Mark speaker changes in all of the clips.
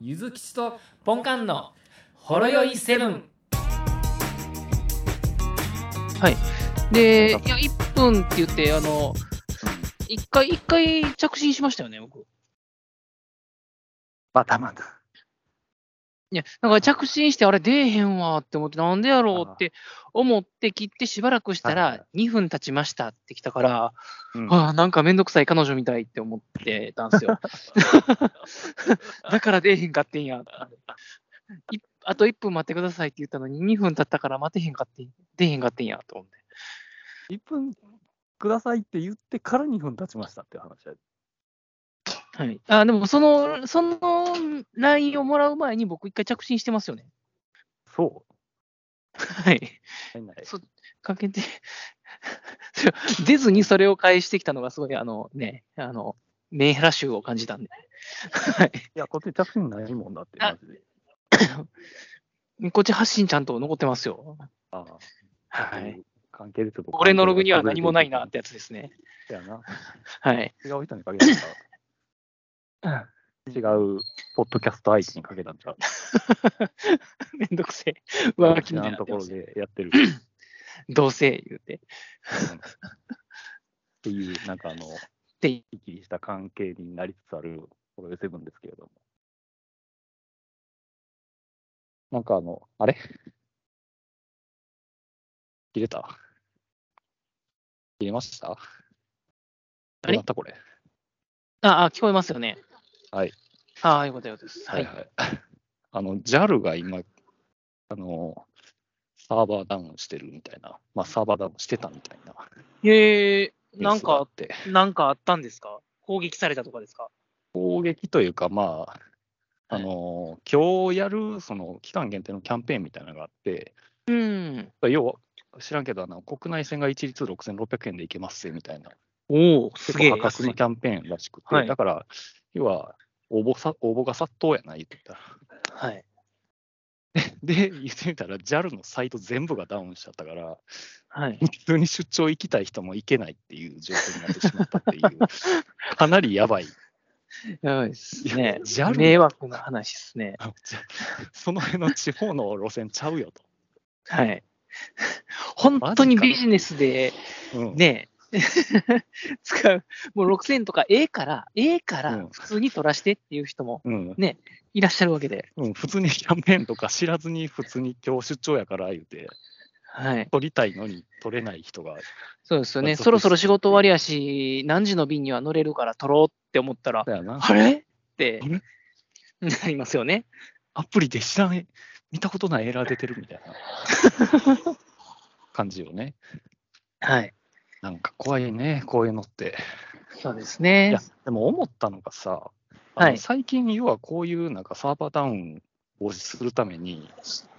Speaker 1: ゆずきちとポンカンのほろよいセブン。
Speaker 2: で、い
Speaker 3: な
Speaker 2: や、
Speaker 3: ん
Speaker 2: 1分って言って、あの、一回、一回着信しましたよね、僕。
Speaker 3: またまた。
Speaker 2: いや、なんか着信して、あれ出えへんわって思って、なんでやろうって思って切ってしばらくした
Speaker 3: はいは
Speaker 2: ら、2分経ちましたって来たから、
Speaker 3: うん
Speaker 2: ああ、なんかめんどくさい彼女みたいって思ってたんですよ。 だから出えへんかってんや。いあと1分待ってくださいって言ったのに、2分経ったから待てへんかってん、出えへんかってんやと思って。
Speaker 3: 1分くださいって言ってから2分経ちましたっていう話だよ
Speaker 2: はい、あでもその、その LINE をもらう前に僕、一回着信してますよね。
Speaker 3: そ
Speaker 2: はい。
Speaker 3: う。ないない
Speaker 2: そかけ て、出ずにそれを返してきたのが、すごい、あのね、あの、メンヘラ臭を感じたんで。はい
Speaker 3: や、こっち着信ないもんだって、
Speaker 2: あ
Speaker 3: マジで。
Speaker 2: い。こっち発信ちゃんと残ってますよ。
Speaker 3: ああ
Speaker 2: は
Speaker 3: そう
Speaker 2: い。
Speaker 3: う関係でちょっと。
Speaker 2: 俺のログには何もないなっ。てやつですね。
Speaker 3: やな。
Speaker 2: はい。
Speaker 3: 違う人にかけたんちゃう違う、ポッドキャスト相手にかけたんちゃう
Speaker 2: めんどくせえ。浮気
Speaker 3: 知
Speaker 2: みたいに
Speaker 3: らん
Speaker 2: な
Speaker 3: と
Speaker 2: っ
Speaker 3: こ
Speaker 2: てま
Speaker 3: ろ
Speaker 2: すね。
Speaker 3: でやってる。
Speaker 2: どうせ言うて。
Speaker 3: うんっていう、なんかあの、
Speaker 2: で
Speaker 3: 一気にした関係になりつつある、ホロウェイセブンですけれども。なんかあの、あれ切れた切れましたどうなったこれ
Speaker 2: あ、あ、聞こえますよね。
Speaker 3: はい。
Speaker 2: ああ、よかったよかったです。はい。
Speaker 3: い。 あの、JAL が今、あの、サーバーダウンしてるみたいな、まあサーバーダウンしてたみたいな。
Speaker 2: へえなん
Speaker 3: ニュースがあ
Speaker 2: か
Speaker 3: っ、て。
Speaker 2: なんかあったんですか攻撃されたとかですか
Speaker 3: 攻撃というか、まあ、あの今日やるその期間限定のキャンペーンみたいなのがあって、
Speaker 2: うん。
Speaker 3: 要は知らんけどあの、国内線が一律6600円で行けますぜみたいな、
Speaker 2: おお、す
Speaker 3: 結
Speaker 2: げえ
Speaker 3: 構破格のキャンペーンらしくて、
Speaker 2: はい
Speaker 3: だから、要は応募さ応募が殺到やな、言ってたら。
Speaker 2: はい。
Speaker 3: で、言ってみたら、JAL のサイト全部がダウンしちゃったから、
Speaker 2: はい。
Speaker 3: 普通に出張行きたい人も行けないっていう状況になってしまったっていう、 かなりやばい
Speaker 2: やばいですね。
Speaker 3: いや JAL
Speaker 2: 迷惑な話ですね。
Speaker 3: あ じゃその辺の地方の路線ちゃうよ
Speaker 2: はい。 本当にビジネスで
Speaker 3: と。うん
Speaker 2: ね、 使う、もう6000とかええから、ええか
Speaker 3: う
Speaker 2: ら
Speaker 3: ん
Speaker 2: 普通に取らしてっていう人も
Speaker 3: うん
Speaker 2: いらっしゃるわけで、
Speaker 3: うん、普通にキャンペーンとか知らずに普通に今日出張やから言うて、
Speaker 2: はい。
Speaker 3: 取りたいのに取れない人が、
Speaker 2: そうですよ
Speaker 3: まあ
Speaker 2: ね。
Speaker 3: 続
Speaker 2: そろそろ仕事終わりやし、何時の便には乗れるから取ろうって思ったら、
Speaker 3: だよな、
Speaker 2: あれって
Speaker 3: あれ
Speaker 2: なりますよね。
Speaker 3: アプリで知らん、見たことないエラー出てるみたいな 感じよね。
Speaker 2: はい。
Speaker 3: なんか怖いね、こういうのって。
Speaker 2: そうです
Speaker 3: い
Speaker 2: ね
Speaker 3: や。、でも思ったのがさ、あの
Speaker 2: はい
Speaker 3: 最近、要はこういうなんかサーバーダウン防止するために、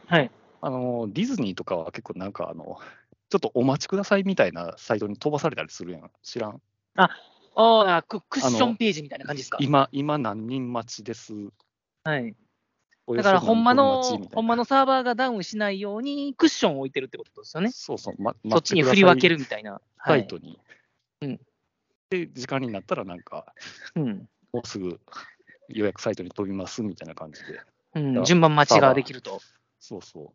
Speaker 2: はい。
Speaker 3: あのディズニーとかは結構なんかあの、ちょっとお待ちくださいみたいなサイトに飛ばされたりするやん。知らん。
Speaker 2: ああ、ククッシ
Speaker 3: あ
Speaker 2: ョ
Speaker 3: の
Speaker 2: ンページみたいな感じですか。
Speaker 3: 今、今何人待ちです。
Speaker 2: はい。
Speaker 3: およ
Speaker 2: だ
Speaker 3: そ
Speaker 2: から、
Speaker 3: 何
Speaker 2: ほんまの
Speaker 3: 分待ちみ、たいな
Speaker 2: ほんまのサーバーがダウンしないようにクッションを置いてるってことですよね。
Speaker 3: そうそう、ま、
Speaker 2: そっちに振り分け
Speaker 3: る
Speaker 2: るみたいな。は
Speaker 3: サ
Speaker 2: い
Speaker 3: イ。トに。
Speaker 2: うん
Speaker 3: で、時間になったら、なんか、
Speaker 2: うん。
Speaker 3: もうすぐ予約サイトに飛びますみたいな感じで、
Speaker 2: うん、順番待ちができると。
Speaker 3: そうそ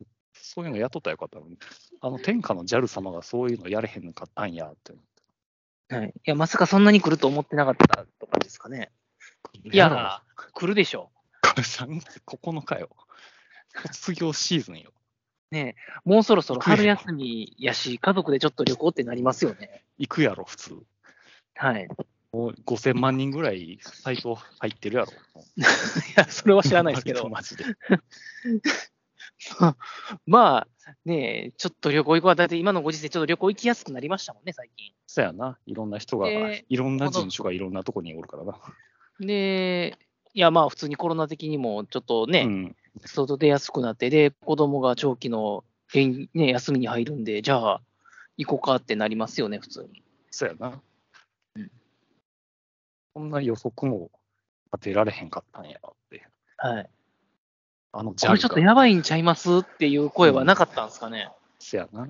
Speaker 3: う。そういうのやっとったらよかったのに、あの天下の JAL 様がそういうのやれへんのかったんやって。
Speaker 2: はい。いや、まさかそんなに来ると思ってなかったとかですかね。いや、来るでしょ
Speaker 3: これ3月9日よ。卒業シーズンよ。
Speaker 2: う。ねえもうそろそろ
Speaker 3: 来る
Speaker 2: 春
Speaker 3: よ
Speaker 2: 休みやし、家族でちょっと旅行ってなりますよね。
Speaker 3: 行くやろ、普通。
Speaker 2: はい。い
Speaker 3: もう5000万人ぐらいサイト入ってるやろ。
Speaker 2: や、それは知らないです けど、
Speaker 3: マジで。
Speaker 2: まあ、ねえ、ちょっと旅行行くは、だって今のご時世、ちょっと旅行行きやすくなりましたもんね、最近。
Speaker 3: そうやな。いろんな人が、
Speaker 2: で
Speaker 3: いろんな人種がいろんなとこにおるからな。
Speaker 2: で、いや、まあ、普通にコロナ的にも、ちょっとね、
Speaker 3: うん。
Speaker 2: 外出やすくなって、で、子供が長期の連、ね、休みに入るんで、じゃあ、行こうかってなりますよね、普通に。
Speaker 3: そうやな。こんな予測も当てられへんかったんやって。
Speaker 2: はい。
Speaker 3: あのジ
Speaker 2: こ
Speaker 3: ャ
Speaker 2: れちょっと
Speaker 3: ルが。
Speaker 2: やばいんちゃいますっていう声はなかったんですかね。
Speaker 3: そうやな。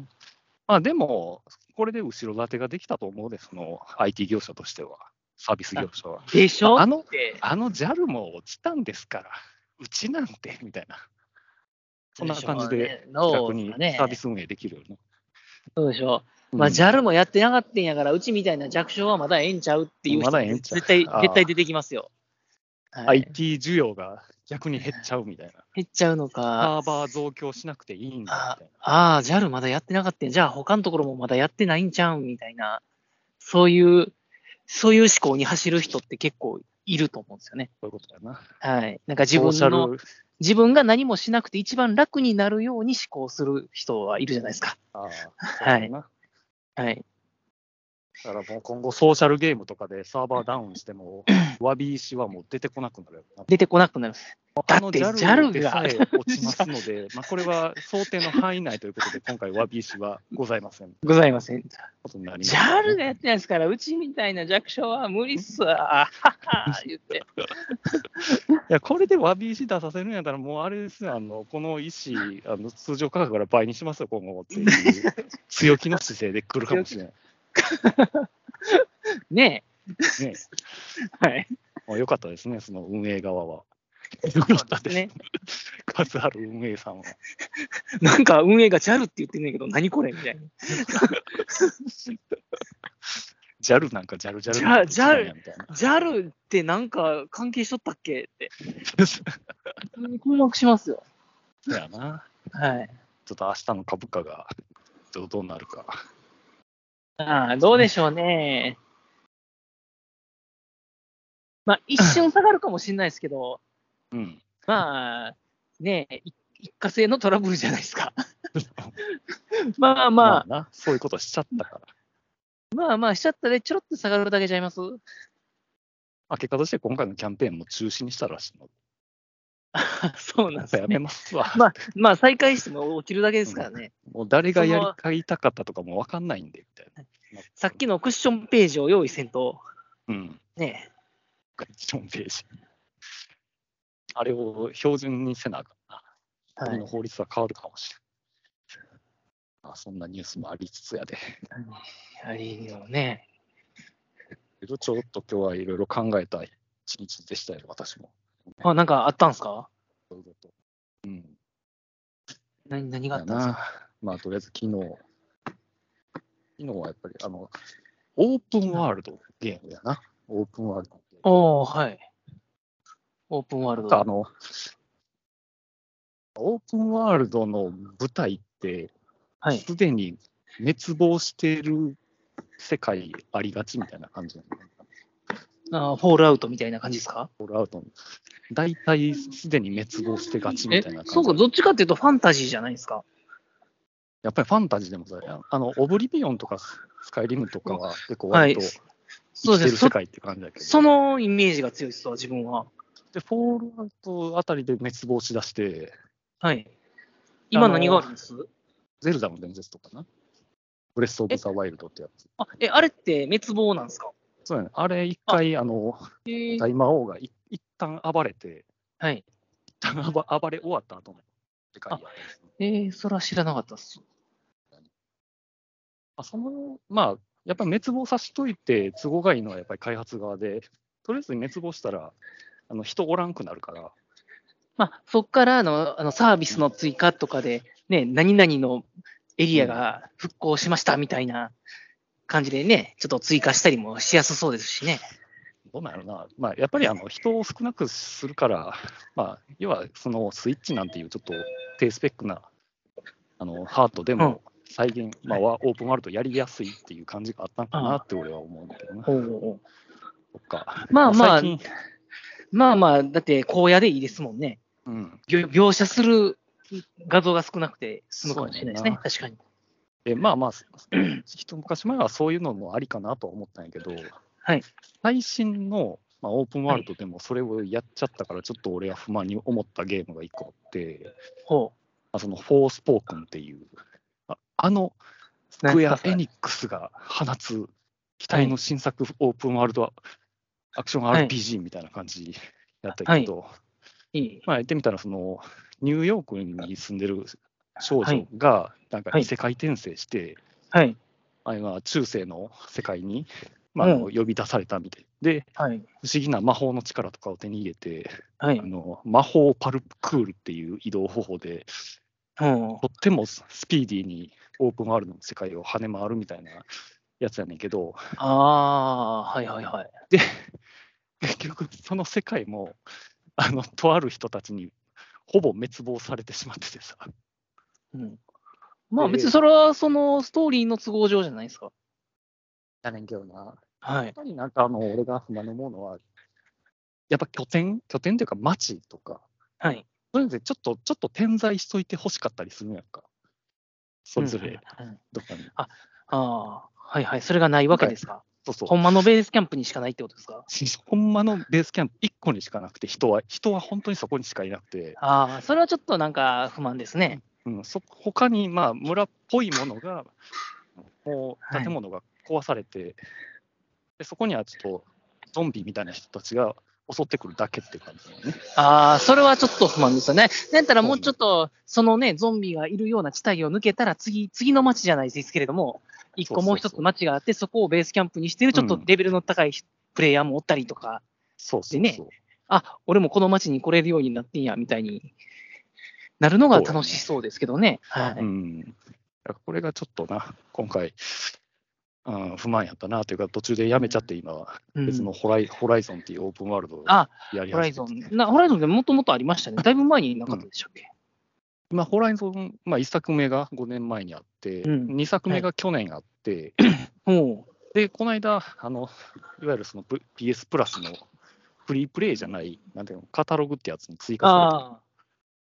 Speaker 3: まあでも、これで後ろ盾ができたと思うで、その IT 業者としては。サービス業者は。
Speaker 2: でしょ
Speaker 3: あの
Speaker 2: って。
Speaker 3: あの JAL も落ちたんですから、うちなんて、みたいな。そんな感じで、気
Speaker 2: そ
Speaker 3: 楽
Speaker 2: う
Speaker 3: に
Speaker 2: だね
Speaker 3: サービス運営できるよね。
Speaker 2: そうでしょ。まあ、
Speaker 3: うん
Speaker 2: JAL もやってなかったんやから、うちみたいな弱小はまだええんちゃうっていう人
Speaker 3: まだええんちゃう
Speaker 2: 絶対、
Speaker 3: あー
Speaker 2: 絶対出てきますよ。はい、
Speaker 3: IT 需要が逆に減っちゃうみたいな。
Speaker 2: 減っちゃうのか。
Speaker 3: サーバー増強しなくていいんだみたい
Speaker 2: ああ、JAL まだやってなかったんやじゃあ他のところもまだやってないんちゃうみたいな、そういう、そういう思考に走る人って結構いると思うんですよね。
Speaker 3: な。そういうことだな。
Speaker 2: はい。なんか自分
Speaker 3: ソーシャ
Speaker 2: の、
Speaker 3: ル
Speaker 2: 自分が何もしなくて一番楽になるように思考する人はいるじゃないですか。
Speaker 3: ああ
Speaker 2: はい
Speaker 3: そうだな
Speaker 2: はい。
Speaker 3: だからもう今後、ソーシャルゲームとかでサーバーダウンし ても、詫び石はもう出てこなくなるよな。
Speaker 2: 出てこなくなる。だ
Speaker 3: あ
Speaker 2: っ
Speaker 3: の
Speaker 2: て
Speaker 3: JAL
Speaker 2: JAL
Speaker 3: でさ
Speaker 2: が、
Speaker 3: え落ちますの で、まあこれは想定の範囲内ということで、今回、詫び石はございません。
Speaker 2: ございません。
Speaker 3: ことになりますね
Speaker 2: JAL がやってないですから、うちみたいな弱小は無理っす わ。言って。
Speaker 3: いや、これで詫び石出させるんやったら、もうあれですよ、あのこの石あの、通常価格から倍にしますよ、今後 っていう、強気の姿勢で来るかもしれない。
Speaker 2: ね
Speaker 3: ね
Speaker 2: え。はい。
Speaker 3: まあ、よかったですね、その運営側 は。よかったですね
Speaker 2: ね。
Speaker 3: 数ある運営さんは。
Speaker 2: なんか運営が JAL って言ってんねんけど、何これみたいな。
Speaker 3: JAL なんか JAL、JAL
Speaker 2: ジャ
Speaker 3: なんか JAL やみたいな。
Speaker 2: JAL ってなんか関係しとったっけって。 普通に困惑しますよ。
Speaker 3: そうやな。
Speaker 2: はい。
Speaker 3: ちょっと明日の株価がどうどうなるか。
Speaker 2: ああ、どうでしょうね。まあ、一瞬下がるかもしれないですけど、
Speaker 3: うん。
Speaker 2: まあ、ねえ、い一過性のトラブルじゃないです か。まあまあ、
Speaker 3: な、そういうことしちゃったから。
Speaker 2: まあまあ、しちゃったで、ちょろっと下がるだけちゃいます
Speaker 3: まあ、結果として今回のキャンペーンも中止にしたらしいので
Speaker 2: あ そうなんです
Speaker 3: や
Speaker 2: よ、
Speaker 3: め
Speaker 2: ね。
Speaker 3: ま すわ。
Speaker 2: まあ、まあ、再開しても起きるだけですからね。
Speaker 3: もう誰がやりたいたかったとかも分かんないんで、みたいな。
Speaker 2: さっきのクッションページを用意せんと、
Speaker 3: うん。
Speaker 2: ね
Speaker 3: クッションページ。あれを標準にせなあかん
Speaker 2: え。は
Speaker 3: な。国の
Speaker 2: い、
Speaker 3: 法律は変わるかもしれない。まあ、そんなニュースもありつつやで。
Speaker 2: やりよね。
Speaker 3: けどちょっと今日はいろいろ考えた一日でしたよ、私も。
Speaker 2: あ、なんかあったんすか
Speaker 3: いろいろと。うん。
Speaker 2: 何何があ
Speaker 3: だ
Speaker 2: ったんですか
Speaker 3: な。まあ、とりあえず昨日、昨日はやっぱり、あの、オープンワールドゲームやな。オープンワールドゲーム。
Speaker 2: おおはい。オープンワール
Speaker 3: なんかあ
Speaker 2: ド。
Speaker 3: の、オープンワールドの舞台って、
Speaker 2: はい。
Speaker 3: すでに滅亡している世界ありがちみたいな感じなの、
Speaker 2: あフォールアウトみたいな感じですか
Speaker 3: ホールアウトの。大体すでに滅亡してがちみ
Speaker 2: え
Speaker 3: たいな、感
Speaker 2: そう
Speaker 3: じ
Speaker 2: か、。どっちかっていうとファンタジーじゃないですか。
Speaker 3: やっぱりファンタジーでもさ、あの、オブリビオンとかススカイリムとかは結構
Speaker 2: は
Speaker 3: 割
Speaker 2: い
Speaker 3: と。
Speaker 2: そ
Speaker 3: 生
Speaker 2: うで
Speaker 3: きて
Speaker 2: す
Speaker 3: る
Speaker 2: そ
Speaker 3: 世。界って感じだけど、
Speaker 2: そのイメージが強いっすわ、自分は。
Speaker 3: で、フォールアウトあたりで滅亡しだして、
Speaker 2: はい。今
Speaker 3: あの
Speaker 2: 何があるんです
Speaker 3: ゼルダの伝説とかな。ブレス・オブ・ザ・ワイルドってやつ。
Speaker 2: あ、え、あれって滅亡なんですか
Speaker 3: そうやね。あれ、一回、あの、
Speaker 2: へえ
Speaker 3: 大魔王がい一旦暴れて、
Speaker 2: はい。
Speaker 3: 一旦暴暴れ終わった後の世界やったんですね
Speaker 2: えー、それは知らなかったっす。
Speaker 3: まあ、その、まあ、やっぱり滅亡させといて都合がいいのはやっぱり開発側で、とりあえず滅亡したら、あの人おらんくなるから、
Speaker 2: まあ、そこからあのあのサービスの追加とかで、ね、何々のエリアが復興しましたみたいな感じでね、ちょっと追加したりもしやすそうですしね。
Speaker 3: どうなんやろな、まあ、やっぱりあの人を少なくするから、まあ、要はそのスイッチなんていうちょっと低スペックなあのハートでも再現、まあ、オープンワールドやりやすいっていう感じがあったんかなって俺は思うんだけどな。そっか
Speaker 2: まあまあ、
Speaker 3: 最近
Speaker 2: まあまあ、だって荒野でいいですもんね。
Speaker 3: うん、
Speaker 2: 描描写する画像が少なくて済むかもしれないです
Speaker 3: そうや
Speaker 2: ね
Speaker 3: な。
Speaker 2: 確かに。
Speaker 3: でまあまあ、一昔前はそういうのもありかなとは思ったんやけど、
Speaker 2: はい
Speaker 3: 最新の、まあ、オープンワールドでもそれをやっちゃったから、ちょっと俺は不満に思ったゲームが一個あって、
Speaker 2: ほう。
Speaker 3: まあそのフォースポークンっていう、ああのスクエア・エニックスが放つ期待の新作オープンワールドアクション
Speaker 2: はい
Speaker 3: RPG みたいな感じやったけど、
Speaker 2: いい。
Speaker 3: まあ言ってみたら、そのニューヨークに住んでる少女が、なんか
Speaker 2: はい
Speaker 3: 異世界転生して、
Speaker 2: はい。
Speaker 3: あれは中世の世界に、まあ、あの
Speaker 2: う
Speaker 3: 呼び出されたみたいで、
Speaker 2: はい。
Speaker 3: 不思議な魔法の力とかを手に入れて、
Speaker 2: は
Speaker 3: あ
Speaker 2: い。
Speaker 3: の魔法パルクールっていう移動方法で、
Speaker 2: うん。
Speaker 3: とってもスピーディーにオープンワールドの世界を跳ね回るみたいなやつやねんけど、
Speaker 2: ああー、はいはいはい。
Speaker 3: で、結局、その世界も、あの、とある人たちに、ほぼ滅亡されてしまっててさ。
Speaker 2: うん、まあ
Speaker 3: で
Speaker 2: 別にそれはそのストーリーの都合上じゃないですか。
Speaker 3: やねんけどな。
Speaker 2: はい。
Speaker 3: やっぱりなんかあの俺が不満に思うのは、やっぱ拠点、拠点というか町とか、
Speaker 2: はい。
Speaker 3: そういうのでちょっと、ちょっと点在しといてほしかったりするんやんか。それぞ
Speaker 2: うん
Speaker 3: れ
Speaker 2: うん
Speaker 3: どっかに。
Speaker 2: ああ、はいはい。それがないわけですか。
Speaker 3: そうそう
Speaker 2: ほ。んまのベースキャンプにしかないってことですか。
Speaker 3: ほんまのベースキャンプ1個にしかなくて、人は、人は本当にそこにしかいなくて、
Speaker 2: ああ、それはちょっとなんか不満ですね。
Speaker 3: うん、そ他にまあ村っぽいものが、もう
Speaker 2: はい
Speaker 3: 建物が壊されて、で、そこにはちょっとゾンビみたいな人たちが襲ってくるだけっていう感じだよね。
Speaker 2: ああ、それはちょっと不満ですよね。だったらもうちょっと、そのね、ゾンビがいるような地帯を抜けたら次、次の町じゃないですけれども、一個もう一つ町があって、そこをベースキャンプにしてる、ちょっとレベルの高いプレイヤーもおったりとか、
Speaker 3: そうそうそう。
Speaker 2: でねあ、俺もこの町に来れるようになってんや、みたいになるのが楽しそうですけどね。は
Speaker 3: う
Speaker 2: い。
Speaker 3: ん、だからこれがちょっとな、今回、うん、不満やったなというか、途中でやめちゃって、今は
Speaker 2: うん
Speaker 3: 別のホライ,、ホライゾンっていうオープンワールドをや
Speaker 2: あ、
Speaker 3: り始めて
Speaker 2: ホライゾン。なホライゾンでもともとありました ね。だいぶ前になかったでしたっけ、
Speaker 3: 今、ホライゾン、まあ、1作目が5年前にあって、
Speaker 2: うん
Speaker 3: 2作目が去年あって、
Speaker 2: うん、
Speaker 3: で、この間、あのいわゆるその P- PS プラスのフリープレイじゃない、なんていうの、カタログってやつに追加さ
Speaker 2: あ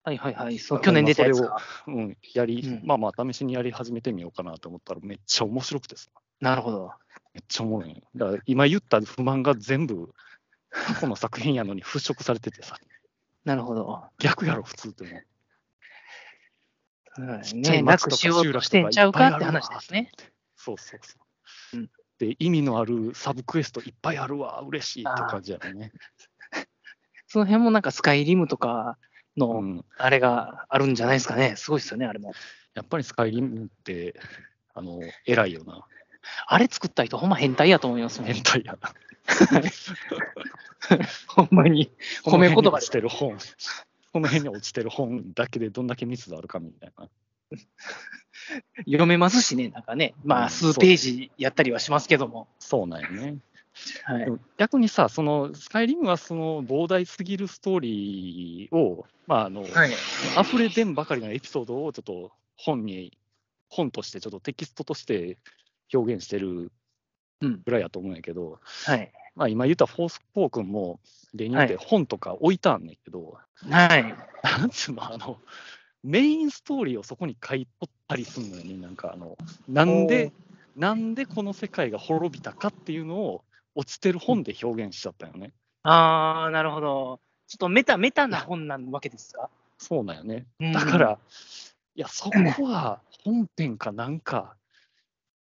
Speaker 2: あ。はいはいはい。そう去年出たやつ
Speaker 3: ま
Speaker 2: か。
Speaker 3: れて、うん、やり、
Speaker 2: うん
Speaker 3: まあまあ、試しにやり始めてみようかなと思ったら、めっちゃ面白くてさ。
Speaker 2: なるほど。
Speaker 3: めっちゃおもろいね。だから今言った不満が全部、過去の作品やのに払拭されててさ、
Speaker 2: なるほど。
Speaker 3: 逆やろ、普通っても。
Speaker 2: うん
Speaker 3: ちっちゃ
Speaker 2: ね、
Speaker 3: い
Speaker 2: な
Speaker 3: 町
Speaker 2: く
Speaker 3: とか
Speaker 2: し
Speaker 3: 集
Speaker 2: よ
Speaker 3: 落
Speaker 2: う
Speaker 3: と
Speaker 2: と
Speaker 3: か
Speaker 2: してんちゃうかって
Speaker 3: いっぱいあるわ
Speaker 2: 話ですね。。
Speaker 3: そうそうそう。
Speaker 2: うん
Speaker 3: で、意味のあるサブクエストいっぱいあるわ、嬉しいって感じやろね。
Speaker 2: その辺もなんかスカイリムとか
Speaker 3: う
Speaker 2: の
Speaker 3: ん、
Speaker 2: あれがあるんじゃないですかね。すごいですよね、あれも。
Speaker 3: やっぱりスカイリムって、あの、偉いよな。
Speaker 2: あれ作った人、ほんま変態やと思いますね
Speaker 3: 変。態やな。
Speaker 2: ほんまに。褒め言葉で
Speaker 3: この辺に落ちてる本。 この辺に落ちてる本だけでどんだけミスがあるかみたいな。
Speaker 2: 読めますしね、なんかね。ま
Speaker 3: う
Speaker 2: あ、
Speaker 3: ん
Speaker 2: 数ページやったりはしますけども。
Speaker 3: そうなんよね。
Speaker 2: は
Speaker 3: で
Speaker 2: い。
Speaker 3: も逆にさ、そのスカイリムはその膨大すぎるストーリーを、まああの
Speaker 2: はい。
Speaker 3: 溢れ出んばかりのエピソードをちょっと本に、本として、ちょっとテキストとして表現してる
Speaker 2: うん
Speaker 3: ぐらいやと思うんやけど、
Speaker 2: はい。
Speaker 3: まあ、今言ったフォースポー君も、レニューって本とか置いたんねんけど、
Speaker 2: はい。
Speaker 3: なんつうの、あの、メインストーリーをそこに書い取ったりするのよね、なんかあの、なんで、なんでこの世界が滅びたかっていうのを、落ちてる本で表現しちゃったよね。
Speaker 2: あー、なるほど。ちょっとメタ、メタな本なわけですか
Speaker 3: そうなんよね。
Speaker 2: うん
Speaker 3: だから、いや、そこは本編かなんか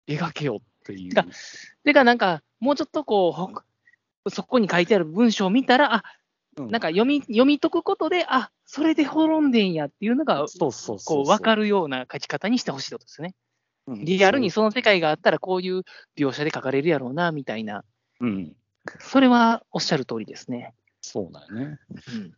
Speaker 3: 描けよっていう
Speaker 2: て。かてか、なんか、もうちょっとこうほか、そこに書いてある文章を見たら、あ
Speaker 3: うん
Speaker 2: なんか読み読み解くことで、あそれで滅んでんやっていうのが、
Speaker 3: そうそうそ
Speaker 2: こ
Speaker 3: う
Speaker 2: う分かるような書き方にしてほしいってことですよね。
Speaker 3: る
Speaker 2: リアルにその世界があったら、こういう描写で書かれるやろうな、みたいな。
Speaker 3: うん。うん
Speaker 2: それはおっしゃる通りですね。
Speaker 3: そうなんよね。
Speaker 2: うん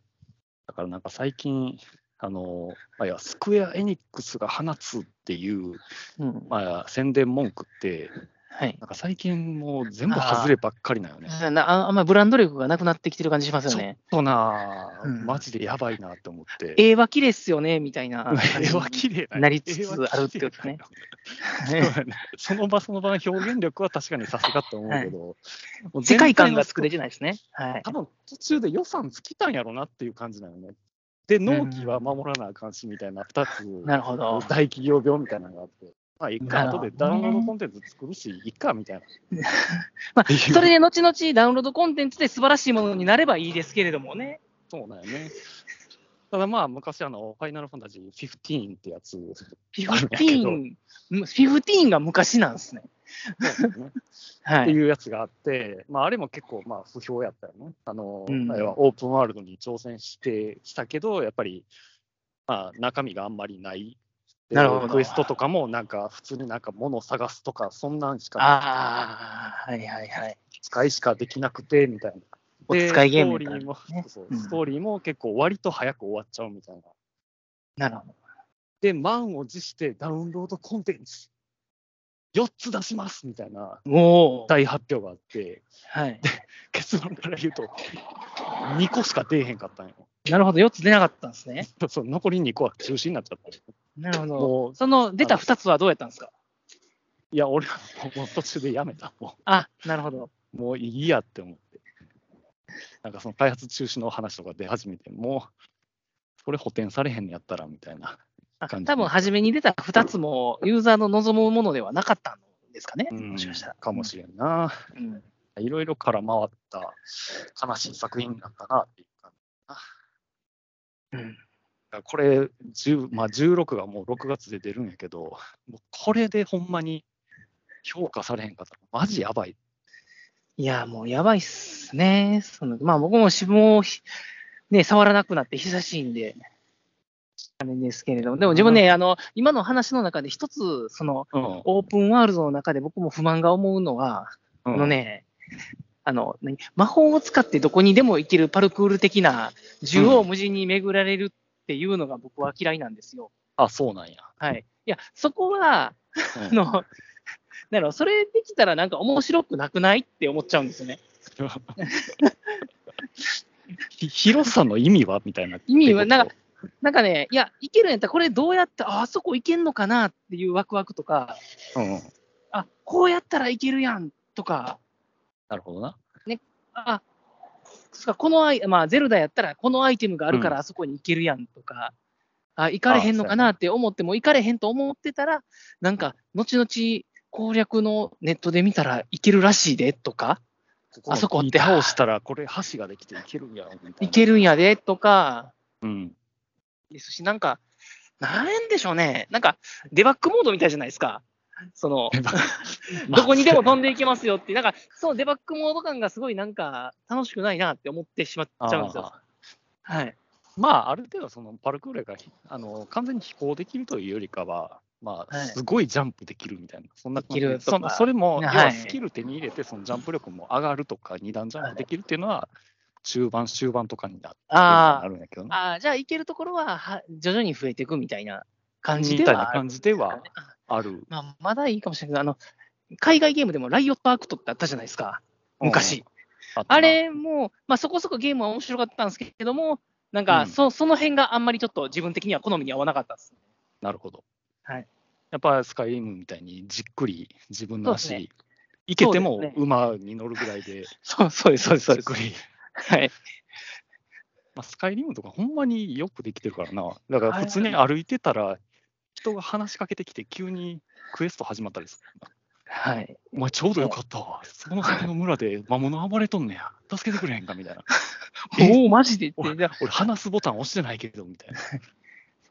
Speaker 3: だからなんか最近、あの、まあ、いや、スクエア・エニックスが放つっていう、
Speaker 2: うん
Speaker 3: まあ、宣伝文句って、
Speaker 2: はい
Speaker 3: なんか最近もう全部外ればっかりなよね。
Speaker 2: なああんまりブランド力がなくなってきてる感じしますよ
Speaker 3: ちょっ
Speaker 2: ね。
Speaker 3: となあ、
Speaker 2: うん
Speaker 3: マジでやばいなって思って。
Speaker 2: 絵は綺麗っすよねみたいな感じ
Speaker 3: 絵は綺麗だよ
Speaker 2: なりつつあるってことね。
Speaker 3: 絵は綺麗だよ その場その場の表現力は確かにさすがと思うけど、もう
Speaker 2: 世
Speaker 3: 全体の
Speaker 2: 界観が作れてないですね。はい
Speaker 3: 多、分途中で予算尽きたんやろなっていう感じなのね。で、納期は守らなあかんしみたいな2つ、
Speaker 2: なるほど。
Speaker 3: 大企業病みたいなのがあって、まあ、いっか、
Speaker 2: なるほ
Speaker 3: 後
Speaker 2: どね
Speaker 3: でダウンロードコンテンツ作るし、いっかみたいな。
Speaker 2: ま
Speaker 3: っていう
Speaker 2: それで後々ダウンロードコンテンツで素晴らしいものになればいいですけれどもね。
Speaker 3: そうなんよね。ただまあ、昔、あの、ファイナルファンタジー15ってやつ、
Speaker 2: フィ
Speaker 3: あ
Speaker 2: フ
Speaker 3: るんや
Speaker 2: テ
Speaker 3: け
Speaker 2: ィ
Speaker 3: ど
Speaker 2: ーン、フィフティーンが昔なんですね。
Speaker 3: そうだよねっ
Speaker 2: は
Speaker 3: て
Speaker 2: い。
Speaker 3: いうやつがあって、まあ、あれも結構まあ不評やったよね。あの
Speaker 2: うん
Speaker 3: あれはオープンワールドに挑戦してしたけど、やっぱり、まあ、中身があんまりない。で
Speaker 2: なるほど
Speaker 3: クエストとかもなんか普通になんか物を探すとか、そんなんしか
Speaker 2: ああ、はいはいはい。
Speaker 3: 使いしかできなくて、みたいな。
Speaker 2: お
Speaker 3: で
Speaker 2: 使いゲーム
Speaker 3: ス
Speaker 2: み
Speaker 3: ト
Speaker 2: たい
Speaker 3: ーリー
Speaker 2: な。
Speaker 3: も、
Speaker 2: ね
Speaker 3: そうそう
Speaker 2: うん
Speaker 3: ストーリーも結構割と早く終わっちゃうみたいな。
Speaker 2: なるほど。
Speaker 3: で、満を持してダウンロードコンテンツ、4つ出しますみたいな
Speaker 2: おお。
Speaker 3: 大発表があって、
Speaker 2: はい。
Speaker 3: 結論から言うと、2個しか出えへんかったんよ。
Speaker 2: なるほど。4つ出なかったんですね。
Speaker 3: そう残り2個は中止になっちゃったんよ。
Speaker 2: なるほど。
Speaker 3: もう、
Speaker 2: その出た2つはどうやったんですか
Speaker 3: いや、俺はもう途中でやめた。も
Speaker 2: あ、なるほど。
Speaker 3: うもういいやって思って。なんかその開発中止の話とか出始めて、もう、これ補填されへんのやったらみたいな。
Speaker 2: あ
Speaker 3: 感じ
Speaker 2: 多分初めに出た2つもユーザーの望むものではなかったんですかね。もしかしたら。
Speaker 3: かもしれんな。
Speaker 2: れない。
Speaker 3: いろいろから回った悲しい作品だったなっていう感じ
Speaker 2: うん。
Speaker 3: だからこれ、10まあ、16がもう6月で出るんやけど、もうこれでほんまに評価されへんかったら、マジやばい。
Speaker 2: いや、もうやばいっすね。そのまあ僕も脂肪をひね、触らなくなって久しいんで、あれですけれども、でも自分ね、あの、今の話の中で一つ、その、
Speaker 3: うん
Speaker 2: オープンワールドの中で僕も不満が思うのは、あ
Speaker 3: あ
Speaker 2: の、ね、あの、何魔法を使ってどこにでも行けるパルクール的な、縦横無尽に巡られるっていうのが僕は嫌いなんですよ。
Speaker 3: あ、そうなんや。
Speaker 2: はい。いや、そこは、あ
Speaker 3: うん
Speaker 2: の、なのそれできたらなんか面白くなくないって思っちゃうんですよね。
Speaker 3: ひ広さの意味はみたいな。
Speaker 2: 意味はなんかなんかね、いや、行けるんやったらこれどうやって、ああそこ行けんのかなっていうワクワクとか、
Speaker 3: うんうん、
Speaker 2: あ、こうやったらいけるやんとか、
Speaker 3: なるほどな。
Speaker 2: あ、そっかこのアイ、まあ、ゼルダやったら、このアイテムがあるか
Speaker 3: う
Speaker 2: らあそこに行けるやんとか、あ、行かれへんのか
Speaker 3: あそうやな
Speaker 2: なって思っても、行かれへんと思ってたら、なんか、後々攻略のネットで見たら行けるらしいでとか、
Speaker 3: の
Speaker 2: あそこって
Speaker 3: 木倒したら、これ箸ができていけるんやろみたいな。
Speaker 2: 行けるんやでとか、
Speaker 3: うん。
Speaker 2: ですし、なんか、なんでしょうね、なんか、デバッグモードみたいじゃないですか。その、どこにでも飛んでいけますよって、なんか、そのデバッグモード感がすごいなんか、楽しくないなって思ってしまっちゃうんですよ。
Speaker 3: あ
Speaker 2: はい。
Speaker 3: ーまあ、ある程度、そのパルクールがあの完全に飛行できるというよりかは、まあ、
Speaker 2: はい
Speaker 3: すごいジャンプできるみたいな、そんな感じ
Speaker 2: できるとか
Speaker 3: そそれも、
Speaker 2: はい
Speaker 3: 要はスキル手に入れて、そのジャンプ力も上がるとか、二段ジャンプできるっていうのは、中盤、終盤とかになって
Speaker 2: あー
Speaker 3: なるんやけどね。
Speaker 2: ああ、じゃあ、行けるところはは、徐々に増えていくみたいな感じ
Speaker 3: み
Speaker 2: で
Speaker 3: たいな
Speaker 2: はある
Speaker 3: 感
Speaker 2: んで
Speaker 3: じです
Speaker 2: かね、
Speaker 3: はある。
Speaker 2: あまあ、まだいいかもしれないけど、あの、海外ゲームでもライオットアクトってあったじゃないですか、昔。
Speaker 3: うん。ったな
Speaker 2: あれも、まあ、そこそこゲームは面白かったんですけれども、なん
Speaker 3: う
Speaker 2: か
Speaker 3: ん
Speaker 2: そ、その辺があんまりちょっと自分的には好みに合わなかったです。
Speaker 3: なるほど。
Speaker 2: はい。
Speaker 3: やっぱスカイリムみたいにじっくり自分の
Speaker 2: そうです
Speaker 3: 足、いけて
Speaker 2: そう
Speaker 3: も
Speaker 2: ですね
Speaker 3: 馬に乗るぐらいで、
Speaker 2: そうそうです、そうです、
Speaker 3: じ
Speaker 2: そう
Speaker 3: っ
Speaker 2: です
Speaker 3: く。り。
Speaker 2: はい。
Speaker 3: まあ、スカイリムとかほんまによくできてるからな。だから
Speaker 2: あれ
Speaker 3: 普通に歩いてたら、人が話しかけてきて急にクエスト始まったりするもんな。
Speaker 2: はい。
Speaker 3: お前ちょうどよかったわ。その先の村で魔物暴れとんねや。助けてくれへんかみたいな。
Speaker 2: おお、マジでって。
Speaker 3: 俺
Speaker 2: じゃあ
Speaker 3: 俺話すボタン押してないけどみたいな。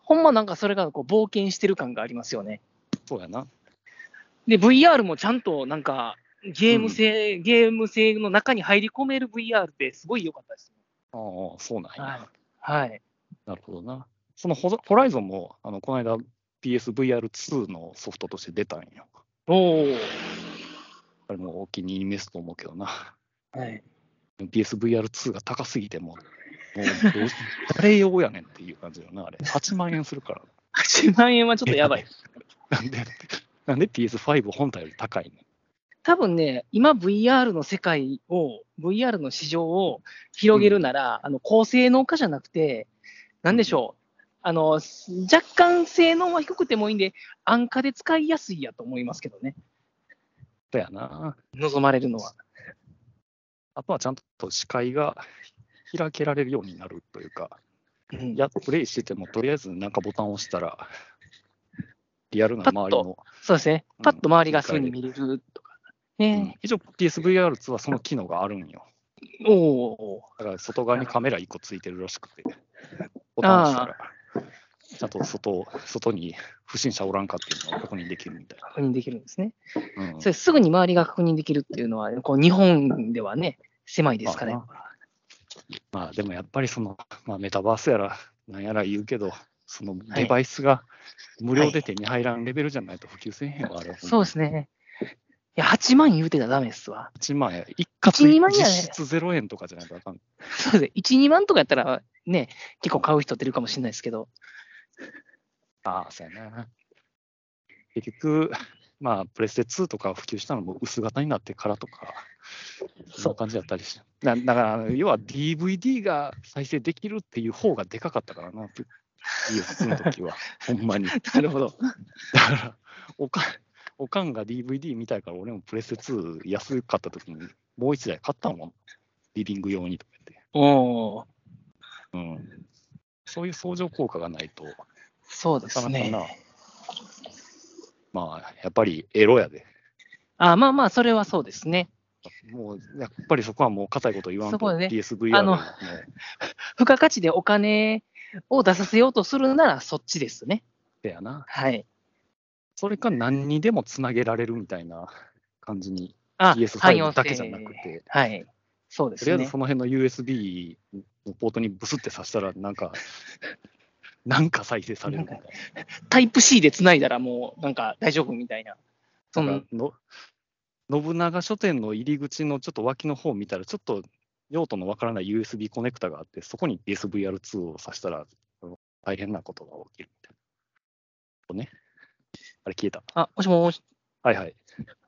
Speaker 2: ほんまなんかそれがこう冒険してる感がありますよね。
Speaker 3: そうやな。
Speaker 2: で、VR もちゃんとなんか、ゲーム性、ゲーム性の中に入り込める VR ってすごい良かったですね。
Speaker 3: ああ、そうなんや。
Speaker 2: はい。はい。
Speaker 3: なるほどな。そのホザホライゾンも、あのこの間 PSVR2 のソフトとして出たんよ。
Speaker 2: おお。
Speaker 3: あれもお気に入りですと思うけどな。
Speaker 2: はい。
Speaker 3: PSVR2 が高すぎても、もうどうし誰用やねんっていう感じよな、あれ。8万円する から。
Speaker 2: 8万円はちょっとやばい。
Speaker 3: なんで、なんで PS5 本体より高いねん。
Speaker 2: 多分ね、今 VR の世界を、VR の市場を広げるなら、あの高性能化じゃなくて、なんでしょう、あの若干性能は低くてもいいんで、安価で使いやすいやと思いますけどね、
Speaker 3: だよな。
Speaker 2: 望まれるのは。
Speaker 3: あとはちゃんと視界が開けられるようになるというか、
Speaker 2: うん
Speaker 3: やプレイしてても、とりあえずなんかボタンを押したら、リアルな
Speaker 2: パッと
Speaker 3: 周りの
Speaker 2: そうですね
Speaker 3: う、ん
Speaker 2: パッと周りがすぐに見れるとか、
Speaker 3: うん
Speaker 2: ね、
Speaker 3: 一応 PSVR2 はその機能があるんよ。
Speaker 2: おお
Speaker 3: だから外側にカメラ1個ついてるらしくて、ボタン押したら、ちゃんと外外に不審者おらんかっていうのを確認できるみたい
Speaker 2: 確認できるんですね。
Speaker 3: な。うん
Speaker 2: それすぐに周りが確認できるっていうのは、こう日本ではね、狭いですから、
Speaker 3: ままあでもやっぱりその、まあ、メタバースやらなんやら言うけど、そのデバイスが無料で手に入らんレベルじゃないと普及せえへんわ、あれ。
Speaker 2: そうですね。や、8万言うてたらダメですわ。
Speaker 3: 1万円、一
Speaker 2: 1 2
Speaker 3: 括
Speaker 2: 万や
Speaker 3: 実
Speaker 2: ね
Speaker 3: 質0円とかじゃないとあかん。
Speaker 2: そうですね。1、2万とかやったら、ね、結構買う人出るかもしれないですけど。
Speaker 3: ああ、そうやな。結局、まあ、プレステ2とか普及したのも薄型になってからとか、そんな感じだったりして。なだから、要は DVD が再生できるっていう方がでかかったからな、PS2 の時は。 ほんまに。だ
Speaker 2: なるほど。
Speaker 3: から、おかん、おかんが DVD 見たいから、俺もプレステ2安かった時に、もう一台買ったもん。リビング用にとか言って。
Speaker 2: おお、
Speaker 3: うん。そういう相乗効果がないと、
Speaker 2: そうで
Speaker 3: なか
Speaker 2: す
Speaker 3: なか
Speaker 2: ね。
Speaker 3: な。まあ、やっぱりエロやで。
Speaker 2: あまあまあ、それはそうですね。
Speaker 3: もう、やっぱりそこはもう硬いこと言わん
Speaker 2: そ
Speaker 3: と、
Speaker 2: こね
Speaker 3: PSVR
Speaker 2: あの
Speaker 3: の
Speaker 2: 付加価値でお金を出させようとするならそっちですね。
Speaker 3: せやな。
Speaker 2: はい。
Speaker 3: それか何にでもつなげられるみたいな感じに、
Speaker 2: あ、汎
Speaker 3: PS5
Speaker 2: 用
Speaker 3: だけじゃ
Speaker 2: 性
Speaker 3: なくて、
Speaker 2: はい。そうで
Speaker 3: とりあ
Speaker 2: す
Speaker 3: えず
Speaker 2: ね
Speaker 3: そ。の辺の USB のポートにブスって挿したら、な んか、なんか再生されるみたいな。
Speaker 2: タイプ C で繋いだらもうなんか大丈夫みたいな。そ
Speaker 3: な
Speaker 2: の
Speaker 3: んかの信長書店の入り口のちょっと脇の方を見たら、ちょっと用途のわからない USB コネクタがあって、そこに PSVR2 を挿したら、あの大変なことが起きるみたいな。とね。あれ消えた。
Speaker 2: あ、もしもし。
Speaker 3: はいはい。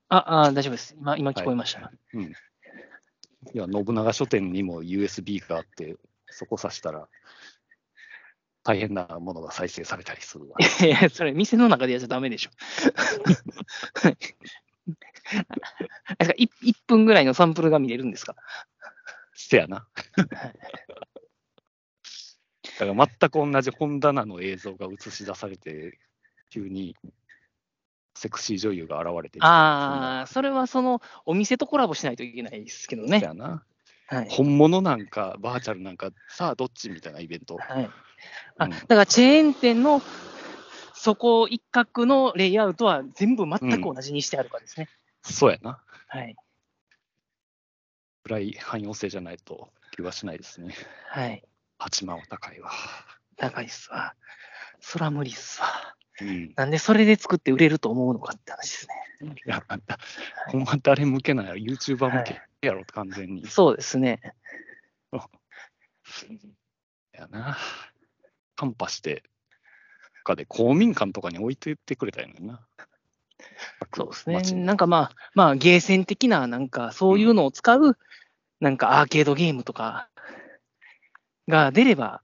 Speaker 2: あ、あ大丈夫です。今、今聞こえました。
Speaker 3: いや、信長書店にも USB があって、そこ挿したら、大変なものが再生された りするわ。
Speaker 2: いやそれ、店の中でやっちゃダメでしょ。あれですか 1, 分ぐらいのサンプルが見れるんですか
Speaker 3: せやな。だから全く同じ本棚の映像が映し出されて、急にセクシー女優が現れて
Speaker 2: ああ、それはそのお店とコラボしないといけないですけど
Speaker 3: そんなせ
Speaker 2: ね。
Speaker 3: やな。
Speaker 2: はい。
Speaker 3: 本物なんかバーチャルなんか、さあどっちみたいなイベント。
Speaker 2: はい、あ
Speaker 3: うん
Speaker 2: だから、チェーン店のそこ一角のレイアウトは全部全く同じにしてあるかですね。
Speaker 3: そうやな。
Speaker 2: はい。
Speaker 3: ぐらい汎用性じゃないと気はしないですね。
Speaker 2: はい。
Speaker 3: 8万は高いわ。
Speaker 2: 高いっすわ。そら無理っすわ。
Speaker 3: うん。
Speaker 2: なんでそれで作って売れると思うのかって話ですね。
Speaker 3: いや、あんたほんま誰向けなんやろ、YouTuber 向けやろ、完全に。
Speaker 2: そうですね。
Speaker 3: やな。カンパして、かで公民館とかに置いてってくれたんやのにな。
Speaker 2: そうです
Speaker 3: 街
Speaker 2: ね。
Speaker 3: に
Speaker 2: なんかまあ、まあ、ゲーセン的な、なんかそういうのを使う、なんかアーケードゲームとかが出れば、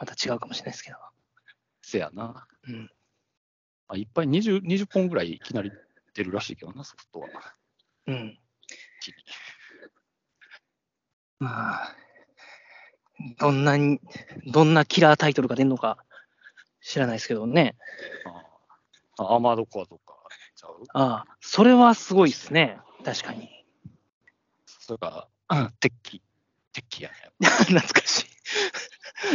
Speaker 2: また違うかもしれないですけど。
Speaker 3: せやな。
Speaker 2: うん
Speaker 3: あいっぱい 20, 20本ぐらいいきなり出るらしいけどな、ソフトは。
Speaker 2: うん。まあ、どんなに、どんなキラータイトルが出るのか知らないですけどね。
Speaker 3: ああアーマードコアとかちゃう
Speaker 2: ああ、それはすごいですね。確かに。
Speaker 3: それか、 うん鉄器、鉄器やね。
Speaker 2: 懐かしい。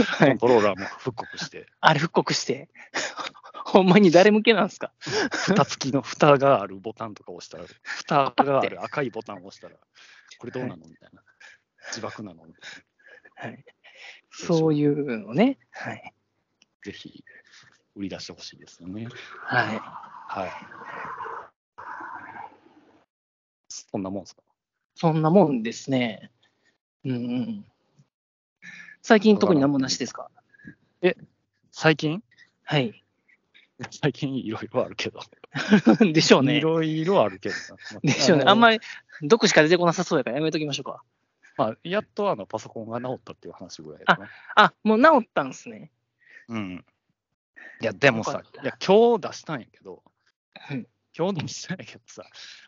Speaker 2: は
Speaker 3: コ
Speaker 2: い
Speaker 3: ン。トローラーも復刻して、
Speaker 2: あれ復刻して。 ほんまに誰向けなんですか
Speaker 3: 蓋付きの蓋があるボタンとか押したら、蓋がある赤いボタンを押したら、これどうなのみたいな。自爆なのみたいな
Speaker 2: そういうのね。はい。
Speaker 3: ぜひ売り出してほしいですよね。
Speaker 2: はい。
Speaker 3: はい。そんなもんすか
Speaker 2: そんなもんですね。うんうん。最近特に何もなしですか
Speaker 3: 最 近
Speaker 2: はい。
Speaker 3: 最近いろいろあるけど。
Speaker 2: でしょう
Speaker 3: い
Speaker 2: ね。
Speaker 3: ろいろあるけどな。
Speaker 2: でしょうね。あん
Speaker 3: り。
Speaker 2: まり毒しか出てこなさそうやからやめときましょうか。
Speaker 3: まあ、やっとあのパソコンが直ったっていう話ぐらいだな。
Speaker 2: あ、もう治ったんすね。
Speaker 3: うん。いや、でも
Speaker 2: よ
Speaker 3: さ
Speaker 2: かっ、た
Speaker 3: いや、今日出したんやけど
Speaker 2: うん、
Speaker 3: 今日出したんやけどさ、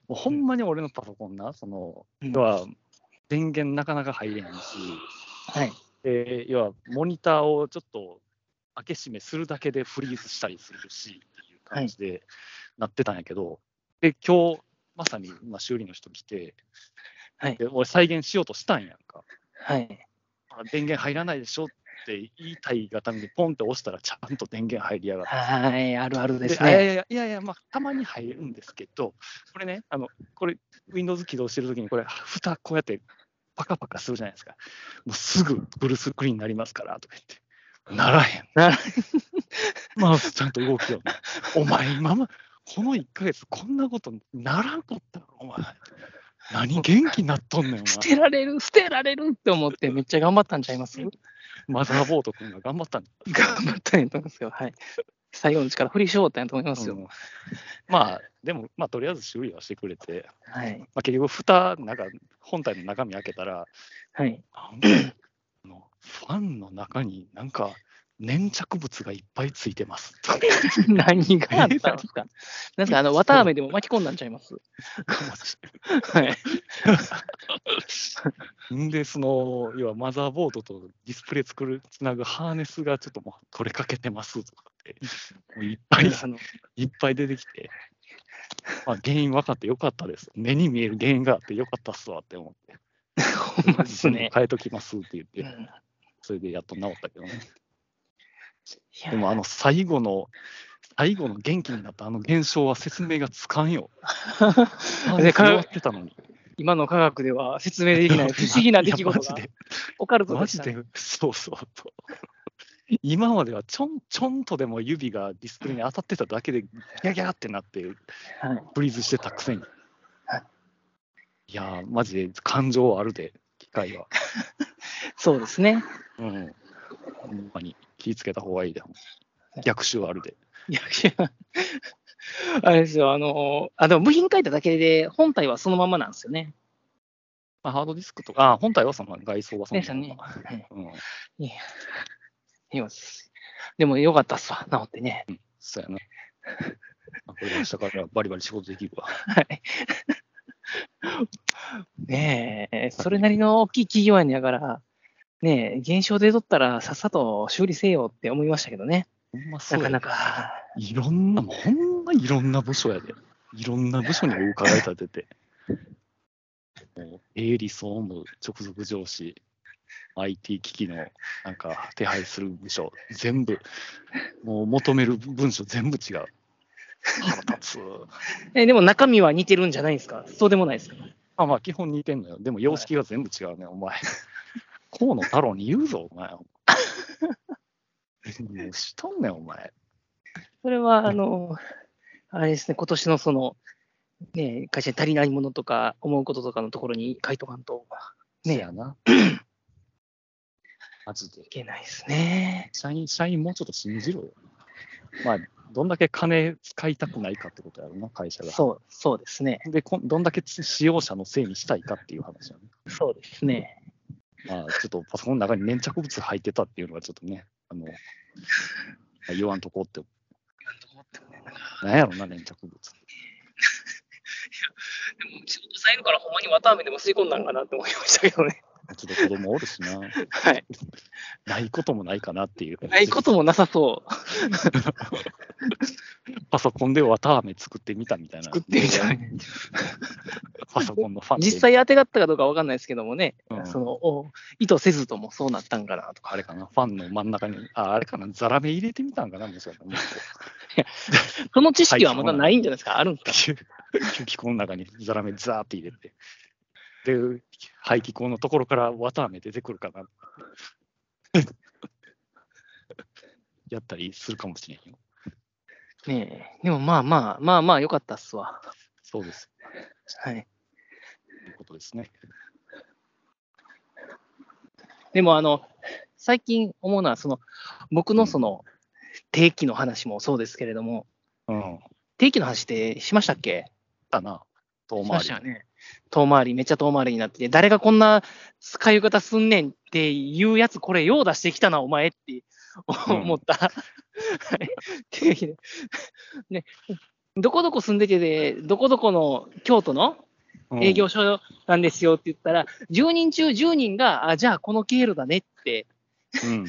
Speaker 3: もうほんまに俺のパソコンな、その、
Speaker 2: うん
Speaker 3: 要は電源なかなか入れへんし、
Speaker 2: はい。
Speaker 3: で要はモニターをちょっと開け閉めするだけでフリーズしたりするしっていう感じでなってたんやけど、で今日まさにまあ修理の人来て、
Speaker 2: はい
Speaker 3: で俺再現しようとしたんやんか
Speaker 2: はい。
Speaker 3: あ電源入らないでしょって言いたいがためにポンって押したらちゃんと電源入りやがって。
Speaker 2: はい。あるあるです
Speaker 3: あいやい
Speaker 2: ね。
Speaker 3: やいやいやいや、まあ、たまに入るんですけど、これね、あのこれ、Windows 起動してるときに、これ、蓋こうやってパカパカするじゃないですか。もうすぐブルースクリーンになりますからとか言って、ならへん。
Speaker 2: なら
Speaker 3: マウスちゃんと動くよね。お前今ま、この1ヶ月、こんなことならんかったろ、お前。何元気になっとんねん、お前
Speaker 2: 捨てられる、捨てられるって思って、めっちゃ頑張ったんちゃいます頑
Speaker 3: マザーボート君が頑張ったんだ
Speaker 2: 張ったんやと思いますよ。はい。最後の力振り絞ったんやと思いますよ。
Speaker 3: うんまあ、でも、まあ、とりあえず修理はしてくれて、
Speaker 2: はい。
Speaker 3: まあ、結局、蓋、なんか、本体の中身開けたら、
Speaker 2: はい。
Speaker 3: なんかあのファンの中になんか粘着物がいっぱいついてます。
Speaker 2: 何があったんですか なんかあの、綿あめでも巻き込んだんちゃいますはい。
Speaker 3: んで、その、要はマザーボードとディスプレイ作る、つなぐハーネスがちょっともう取れかけてますとかって、もういっぱい
Speaker 2: あの
Speaker 3: いっぱい出てきて、まあ、原因分かってよかったです。目に見える原因があってよかったっすわって思って。
Speaker 2: ほんまっすね。
Speaker 3: 変えときますって言っ
Speaker 2: うん
Speaker 3: て、それでやっと治ったけどね。
Speaker 2: いや
Speaker 3: でもあの最後の、最後の元気になったあの現象は説明がつかんよ。あれ、変わってたのに。
Speaker 2: 今の科学では説明できない不思議な出来事
Speaker 3: いや
Speaker 2: が
Speaker 3: マジで、
Speaker 2: オカルト
Speaker 3: マ
Speaker 2: でし
Speaker 3: ジ
Speaker 2: た。
Speaker 3: で、そうそうそう。今まではちょんちょんとでも指がディスプレイに当たってただけで、ギャギャってなっ
Speaker 2: は
Speaker 3: て、
Speaker 2: い
Speaker 3: フリーズしてたくせに
Speaker 2: はい。
Speaker 3: いやー、マジで感情はあるで、機械 は。
Speaker 2: そうですね。
Speaker 3: うん。ほんまに気ぃつけた方がいいで。逆襲はあるで。
Speaker 2: いや、いや、あれですよ、あの、あ、でも部品書いただけで、本体はそのままなんですよね。
Speaker 3: まあ、ハードディスクとか、あ本体はその外装はその
Speaker 2: ですよねはい
Speaker 3: うん。
Speaker 2: いますでもよかったっすわ、治ってね。
Speaker 3: そうやな。まあこれで明日からバリバリ仕事でき るわ。
Speaker 2: ねえ、それなりの大きい企業やねやから、ねえ、現象で取ったらさっさと修理せよって思いましたけどね。
Speaker 3: ほんまそ
Speaker 2: なか
Speaker 3: うや
Speaker 2: な
Speaker 3: で。
Speaker 2: か。
Speaker 3: いろんな、もうほんまいろんな部署やで。いろんな部署にお伺い立てて。もう営利総務、直属上司、IT 機器のなんか手配する部署、全部、もう求める文書全部違う。腹立つ。
Speaker 2: え、でも中身は似てるんじゃないですかそうでもないですか
Speaker 3: まあまあ、基本似てんのよ。でも様式が全部違うね、お前。河野太郎に言うぞ、お前。もうしとんねん、お前。
Speaker 2: それは、あの、あれですね、今年のその、ねえ、会社に足りないものとか、思うこととかのところに書いとかんと
Speaker 3: せ
Speaker 2: ね
Speaker 3: やな。マジで
Speaker 2: い。けないですね。
Speaker 3: 社員、社員もうちょっと信じろよ。まあ、どんだけ金使いたくないかってことやろな、会社が。
Speaker 2: そう、そうですね。
Speaker 3: でこん、どんだけ使用者のせいにしたいかっていう話やね。
Speaker 2: そうですね。
Speaker 3: まあ、ちょっとパソコンの中に粘着物入ってたっていうのはちょっとね、あの、まあ言わんとこって。なんやろな、粘着物。
Speaker 2: でも、仕事最後からほんまに綿あめでも吸い込んだんかなって思いましたけど ね。
Speaker 3: ちょっと子供おるしな、
Speaker 2: はい。
Speaker 3: ないこともないかなっていう。
Speaker 2: ないこともなさそう。
Speaker 3: パソコンで綿あめ作ってみたみたいな。
Speaker 2: 作ってみたい。
Speaker 3: パソコンのファンで
Speaker 2: 実際当てがったかどうかわかんないですけどもね、
Speaker 3: うん
Speaker 2: そのお意図せずともそうなったんかなとか、
Speaker 3: あれかな、ファンの真ん中に、ああれかな、ザラメ入れてみたんかな、もしかしたらもう
Speaker 2: その知識はまだないんじゃないですか、あるんですか。
Speaker 3: 吸気口の中にザラメザーって入れて。で、排気口のところから綿あめ出てくるかな。 やったりするかもしれんよ。
Speaker 2: ねえでもまあまあ、まあまあ、よかったっすわ。
Speaker 3: そうです。
Speaker 2: はい、
Speaker 3: ということですね。
Speaker 2: でもあの、最近思うのはその、僕のその定期の話もそうですけれども、
Speaker 3: うん。
Speaker 2: 定期の話ってしましたっけ
Speaker 3: だな、遠
Speaker 2: し
Speaker 3: 回
Speaker 2: ま
Speaker 3: り。
Speaker 2: したよね。遠回り、めっちゃ遠回りになってて、誰がこんな使い方すんねんっていうやつ、これ、よう出してきたな、お前って
Speaker 3: うん
Speaker 2: 思った。はい定義でね、どこどこ住んでてで、どこどこの京都の
Speaker 3: うん
Speaker 2: 営業所なんですよって言ったら、10人中10人が、あじゃあこの経路だねって、
Speaker 3: うん。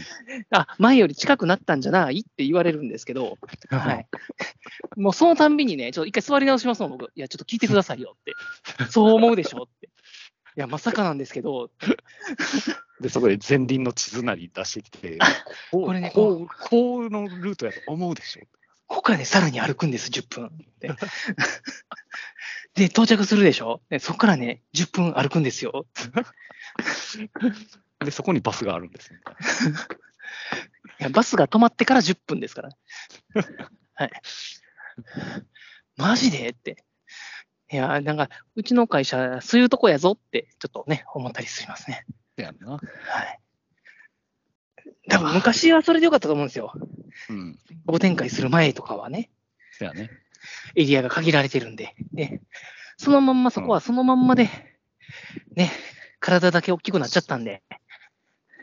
Speaker 2: あ前より近くなったんじゃないって言われるんですけど、はい、 もうそのたんびにね、ちょっと一回座り直しますもん、僕。いや、ちょっと聞いてくださいよって。そう思うでしょって。い や、まさかなんですけど、
Speaker 3: で、そこで前輪の地図なり出してき て、こう
Speaker 2: これね
Speaker 3: こう、こうのルートやと思うでしょ。
Speaker 2: ここからね、さらに歩くんです、10分。で、で到着するでしょでそこからね、10分歩くんですよ。
Speaker 3: で、そこにバスがあるんですよ。
Speaker 2: いや、バスが止まってから10分ですから。はい。マジでって。いや、なんか、うちの会社、そういうとこやぞって、ちょっとね、思ったりしますね。
Speaker 3: やんな。
Speaker 2: はい。多分昔はそれでよかったと思うんですよ。
Speaker 3: うん。
Speaker 2: ご展開する前とかはね、
Speaker 3: そやね。
Speaker 2: エリアが限られてるんで、ね。そのまんま、そこはそのまんまで、ね、体だけ大きくなっちゃったんで。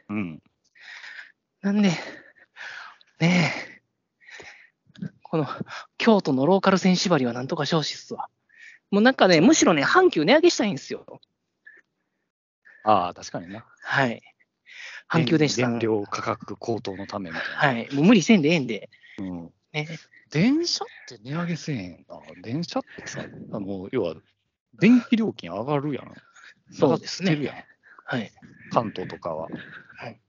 Speaker 3: うん。
Speaker 2: なんで、ねえ、この京都のローカル線縛りはなんとかしてほしいっすわ。もうなんかね、むしろね、阪急値上げしたいんですよ。
Speaker 3: ああ、確かにな。
Speaker 2: はい。阪急電車さん
Speaker 3: 燃。料価格高騰のためみたいな。
Speaker 2: はい。もう無理せんでええんで。
Speaker 3: うん
Speaker 2: ね
Speaker 3: 電車って値上げせえへんな。電車ってさ、あの要は電気料金上がるやん。
Speaker 2: そうですね
Speaker 3: 上がってるやん。
Speaker 2: はい。
Speaker 3: 関東とかは。
Speaker 2: はい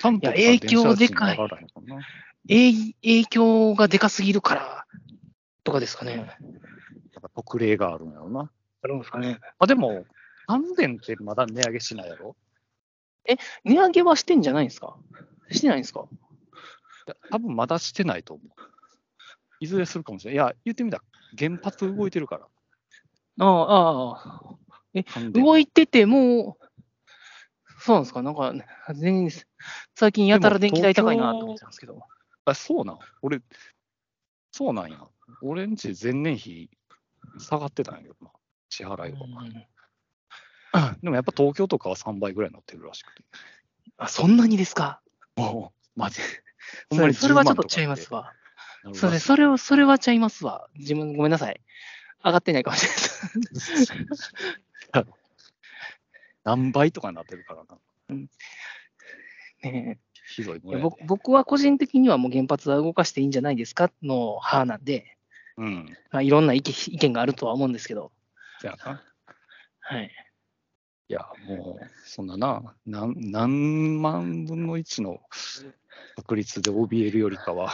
Speaker 3: 関東とか
Speaker 2: いや影響でかい
Speaker 3: 電車賃上がらへんもんな
Speaker 2: えい影響がでかすぎるから、とかですかね。
Speaker 3: やっぱ特例があるんやろな。
Speaker 2: あるんですかね。
Speaker 3: あでも、関電ってまだ値上げしないやろ
Speaker 2: 値上げはしてんじゃないんですかしてないんですか
Speaker 3: だ多分まだしてないと思う。いずれするかもしれない。いや、言ってみたら原発動いてるから。
Speaker 2: ああ、ああ。
Speaker 3: 関電
Speaker 2: 動いてても、そうなんですかなんか、全然、最近やたら電気代高いなと思ってたんですけど。
Speaker 3: あ、そうなん。俺、そうなんや。俺んち前年比下がってたんやけどな、支払いは。
Speaker 2: うん
Speaker 3: でもやっぱ東京とかは3倍ぐらいになってるらしくて。
Speaker 2: あ、そんなにですか
Speaker 3: おマジ
Speaker 2: それそれはちょっと
Speaker 3: 違
Speaker 2: 違いますわ。
Speaker 3: なる
Speaker 2: そ
Speaker 3: ほ
Speaker 2: う
Speaker 3: ど
Speaker 2: です。それは、それはちゃいますわ。自分、ごめんなさい。上がってないかもしれないです。
Speaker 3: 何倍とかになってるからな。
Speaker 2: ね
Speaker 3: ひどいも
Speaker 2: え
Speaker 3: んやで
Speaker 2: ぼ僕は個人的にはもう原発は動かしていいんじゃないですかの派なんで、
Speaker 3: うん。
Speaker 2: まあ、いろんな意見意見があるとは思うんですけど、
Speaker 3: そやな。
Speaker 2: はい。
Speaker 3: いや、もう、そんなな、なん何万分の1の確率で怯えるよりかは、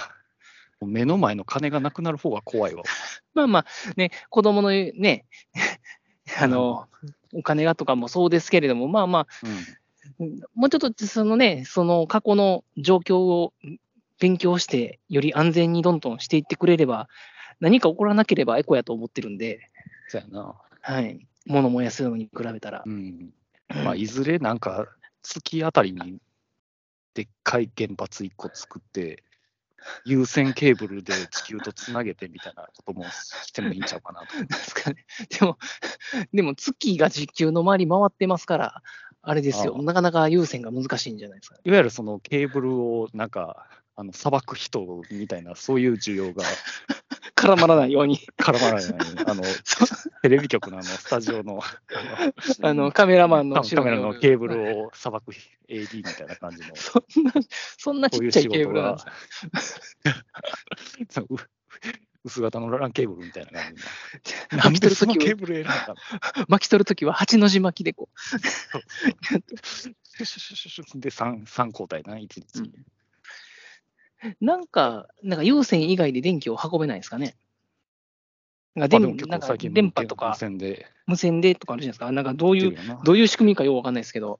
Speaker 3: もう目の前の金がなくなる方が怖いわ。
Speaker 2: まあまあ、ね、子供のね、 あの、お金がとかもそうですけれども、まあまあ、
Speaker 3: うん
Speaker 2: もうちょっとそのね、その過去の状況を勉強して、より安全にどんどんしていってくれれば、何か起こらなければエコやと思ってるんで、
Speaker 3: そやな。
Speaker 2: はい。物燃やすのに比べたら
Speaker 3: う。ん。 まあ、いずれなんか、月あたりにでっかい原発1個作って、有線ケーブルで地球とつなげてみたいなこともしてもいいんちゃうかなと。
Speaker 2: なんですかね。でも、 でも月が時給の周り回ってますから、あれですよ
Speaker 3: ああ。
Speaker 2: なかなか優先が難しいんじゃないですかね。
Speaker 3: いわゆるそのケーブルをなんか、あの裁く人みたいな、そういう需要が
Speaker 2: 絡まらないように。
Speaker 3: 絡まらないよう に、あの
Speaker 2: そう
Speaker 3: テレビ局のあのスタジオ の
Speaker 2: あの、カメラマンの
Speaker 3: カ
Speaker 2: 後ろ
Speaker 3: メ
Speaker 2: に
Speaker 3: ラのケーブルを裁く AD みたいな感じの、こ
Speaker 2: そんな、そんな
Speaker 3: う
Speaker 2: ち
Speaker 3: い
Speaker 2: っ
Speaker 3: う
Speaker 2: ちゃ
Speaker 3: 仕
Speaker 2: いケー
Speaker 3: 事
Speaker 2: ブルなん
Speaker 3: が
Speaker 2: ですね、
Speaker 3: そうう薄型のランケーブルみたいな感じの。なん
Speaker 2: 巻き
Speaker 3: で
Speaker 2: 取る
Speaker 3: そ
Speaker 2: と
Speaker 3: の
Speaker 2: き
Speaker 3: ケー
Speaker 2: は、
Speaker 3: ブル選んだの
Speaker 2: 巻き取るときは八の字巻きでこう。
Speaker 3: シュシュシュシュシュで 3, 三交代な、一日に。
Speaker 2: なんか、なんか有線以外で電気を運べないですかね。なん
Speaker 3: ま
Speaker 2: か
Speaker 3: あで
Speaker 2: 電
Speaker 3: も結
Speaker 2: なんか
Speaker 3: 構最近
Speaker 2: 電波と
Speaker 3: 無
Speaker 2: か
Speaker 3: 線で
Speaker 2: 無線でとかあるじゃないですか。なんかどう
Speaker 3: 出
Speaker 2: い
Speaker 3: る
Speaker 2: う、
Speaker 3: よな。
Speaker 2: どういう仕組みかようわかんないですけど、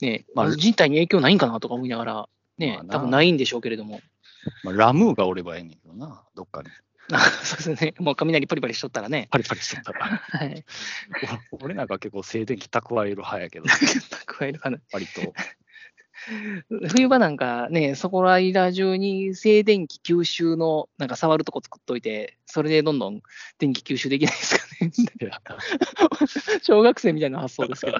Speaker 2: ね、
Speaker 3: まあ
Speaker 2: 人体に影響ないんかなとか思いながら、ね
Speaker 3: まあ、な
Speaker 2: 多分ないんでしょうけれども。
Speaker 3: まあ、ラムーがおればええねんけどな、どっかに。
Speaker 2: あそうですね。もう雷パリパリしとったらね。
Speaker 3: パリパリしとったら。
Speaker 2: はい。
Speaker 3: お俺なんか結構静電気蓄える派やけど、
Speaker 2: 蓄えるかな。
Speaker 3: 割と。
Speaker 2: 冬場なんかね、そこら間中に静電気吸収の、なんか触るとこ作っといて、それでどんどん電気吸収できないですかね。
Speaker 3: いや
Speaker 2: 小学生みたいな発想です け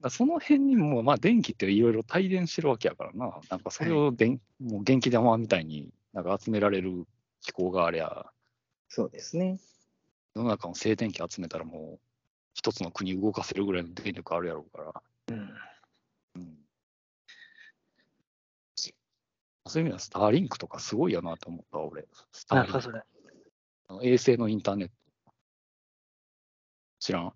Speaker 2: ど。
Speaker 3: その辺にも、まあ、電気っていろいろ帯電してるわけやからな。なんかそれを電、もう元気玉みたいになんか集められる機構がありゃ、
Speaker 2: そうですね。
Speaker 3: 世の中の静電気集めたらもう、一つの国動かせるぐらいの電力あるやろうから。うんそういう意味では、スターリンクとかすごいやなと思ったわ、俺。スター
Speaker 2: なん
Speaker 3: リン
Speaker 2: か
Speaker 3: ク
Speaker 2: それ。
Speaker 3: あの衛星のインターネット。知らん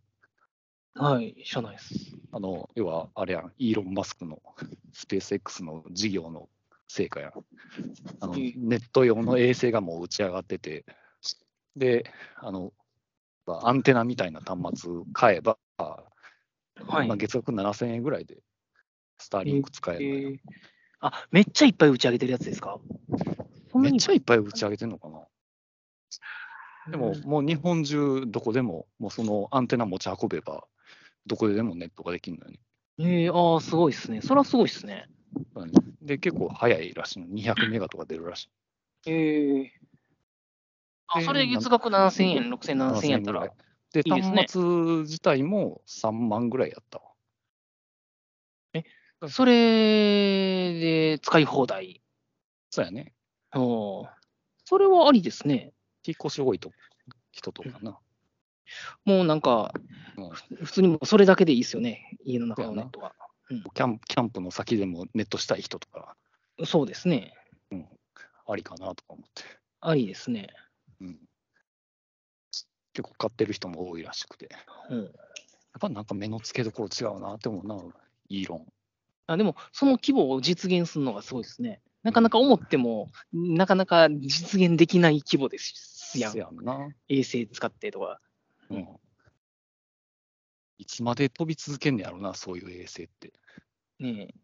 Speaker 2: はい、知らないです。
Speaker 3: あの、要は、あれやん、イーロン・マスクの スペース X の事業の成果やん。あの
Speaker 2: うん
Speaker 3: ネット用の衛星がもう打ち上がってて、で、あの、アンテナみたいな端末買えば、
Speaker 2: はい
Speaker 3: まあ、。月額7000円ぐらいで、スターリンク使え
Speaker 2: え
Speaker 3: るのよ、
Speaker 2: ーあ、めっちゃいっぱい打ち上げてるやつですか
Speaker 3: めっちゃいっぱい打ち上げてんのかなでも、もう日本中どこでも、もうそのアンテナ持ち運べば、どこででもネットができるのよね。
Speaker 2: ええああ、すごいですね。それはすごいですね。
Speaker 3: で、結構早いらしいの。200メガとか出るらしい。
Speaker 2: ええあ、それで月額7000円、6000、7000円やったら。
Speaker 3: で、
Speaker 2: いいですね
Speaker 3: 端末自体も3万ぐらいやったわ。
Speaker 2: それで使い放題。
Speaker 3: そうやね。
Speaker 2: おーそれはありですね。
Speaker 3: 引っ越し多いと人とかな。
Speaker 2: もうなんか、
Speaker 3: うん
Speaker 2: 普通にもうそれだけでいいですよね。家の中のネットは。
Speaker 3: キャンプキャンプの先でもネットしたい人とか、
Speaker 2: そうですね。
Speaker 3: ありかなとか思って。
Speaker 2: ありですね。
Speaker 3: うん結構買ってる人も多いらしくて。や
Speaker 2: うん
Speaker 3: っぱなんか目の付けどころ違うなって思うな、イーロン。
Speaker 2: あでも、その規模を実現するのがすごいですね。なかなか思っても、なかなか実現できない規模ですやん
Speaker 3: せ。やんな。
Speaker 2: 衛星使ってとか。
Speaker 3: う
Speaker 2: うん
Speaker 3: ん。いつまで飛び続けんねやろな、そういう衛星って。
Speaker 2: ねえ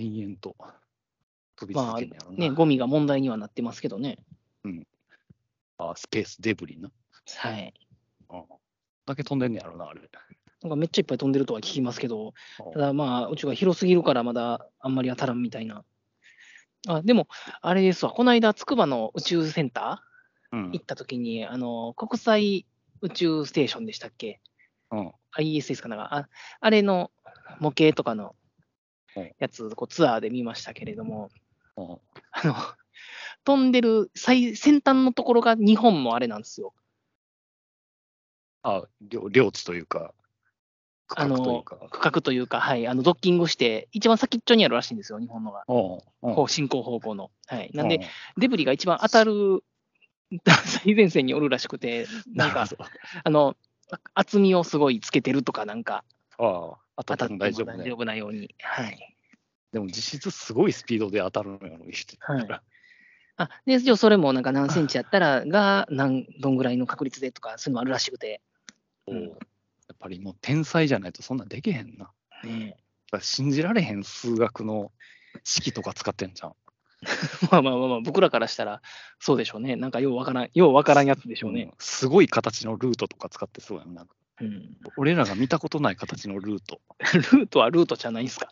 Speaker 3: 延々と飛び続
Speaker 2: ま
Speaker 3: けんねやろ
Speaker 2: あ、
Speaker 3: な。
Speaker 2: ね、ゴミが問題にはなってますけどね。
Speaker 3: あスペースデブリな。
Speaker 2: はい。
Speaker 3: うん。だけ飛んでんねやろな、あれ。
Speaker 2: なんかめっちゃいっぱい飛んでるとは聞きますけど、
Speaker 3: うん
Speaker 2: ただまあ、宇宙が広すぎるからまだあんまり当たらんみたいな。あでも、あれですわ、この間、筑波の宇宙センタ
Speaker 3: うん
Speaker 2: ー行った時に、あの、国際宇宙ステーションでしたっけ
Speaker 3: うん。
Speaker 2: ?ISS かなんか、ああれの模型とかの
Speaker 3: うん
Speaker 2: やつ、こうツアーで見ましたけれども、
Speaker 3: うん
Speaker 2: あの、 飛んでる最先端のところが日本もあれなんですよ。
Speaker 3: あ、領領地というか、区
Speaker 2: あ
Speaker 3: 画とい
Speaker 2: の
Speaker 3: うか。
Speaker 2: 区画というか、はい、あのドッキングして、一番先っちょにあるらしいんですよ、日本のが。
Speaker 3: うんうん
Speaker 2: こう進行方向の。はい、なん
Speaker 3: う
Speaker 2: で、デブリが一番当たる 最前線におるらしくて、なん か、
Speaker 3: るほ
Speaker 2: あの、厚みをすごいつけてるとか、なんか、
Speaker 3: どああ、当た
Speaker 2: 当たっても
Speaker 3: っても大
Speaker 2: 大
Speaker 3: 丈
Speaker 2: 丈
Speaker 3: 夫ね。
Speaker 2: 夫なように。はい。
Speaker 3: でも実質すごいスピードで当たるのよ、言ってたから
Speaker 2: あで、一応それもなんか何センチやったらが、なんどんぐらいの確率でとか、そういうのもあるらしくて。
Speaker 3: お
Speaker 2: う
Speaker 3: うんやっぱりもう天才じゃないとそんなんできへんな。やっ
Speaker 2: ね
Speaker 3: ぱ信じられへん数学の式とか使ってんじゃん。
Speaker 2: え まあまあまあまあ、僕らからしたら、そうでしょうね。なんかようわからん、ようわからんやつでしょうね
Speaker 3: う。んすごい形のルートとか使ってそうやん。なんか
Speaker 2: うん、
Speaker 3: 俺らが見たことない形のルート。
Speaker 2: ルートはルートじゃないですか。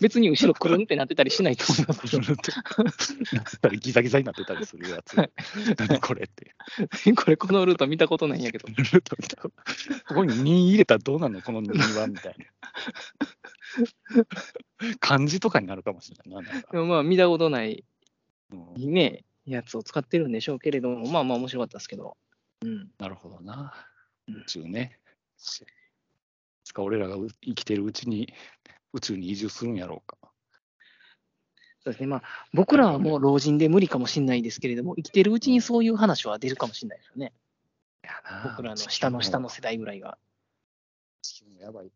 Speaker 2: 別に後ろくるんってなってたりしないと思いますけど
Speaker 3: ルートなったりギザギザになってたりするやつ。何これって。
Speaker 2: これ、このルート見たことないんやけど。
Speaker 3: ルート見たここに2入れたらどうなるのこの2はみたいな。漢字とかになるかもしれないな。なんか
Speaker 2: でもまあ、見たことない
Speaker 3: うん
Speaker 2: ね、やつを使ってるんでしょうけれども、まあまあ面白かったですけど。うん。
Speaker 3: なるほどな。宇宙ね。いつか俺らがう生きてるうちに宇宙に移住するんやろうか。
Speaker 2: そうですね。まあ、僕らはもう老人で無理かもしれないですけれども、生きてるうちにそういう話は出るかもしれないですよね。僕らの下の下の世代ぐらいが。
Speaker 3: 地球もやばい。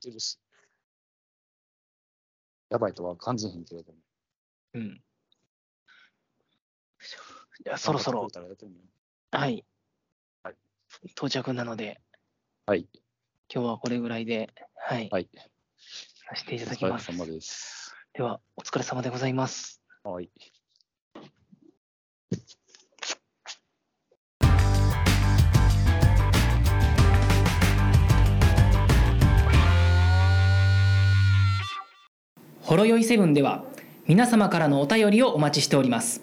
Speaker 3: 出るし。やばいとは感じへんけれども。
Speaker 2: うん。じゃあそろそろ、はい。
Speaker 3: はい
Speaker 2: 到着なので、
Speaker 3: はい。
Speaker 2: 今日はこれぐらいで、はい。
Speaker 3: はい。
Speaker 2: させてい
Speaker 3: お
Speaker 2: ただきます。
Speaker 3: 疲れ様です。
Speaker 2: では、お疲れ様でございます。
Speaker 3: はい。
Speaker 1: ほろよいセブンでは皆様からのお便りをお待ちしております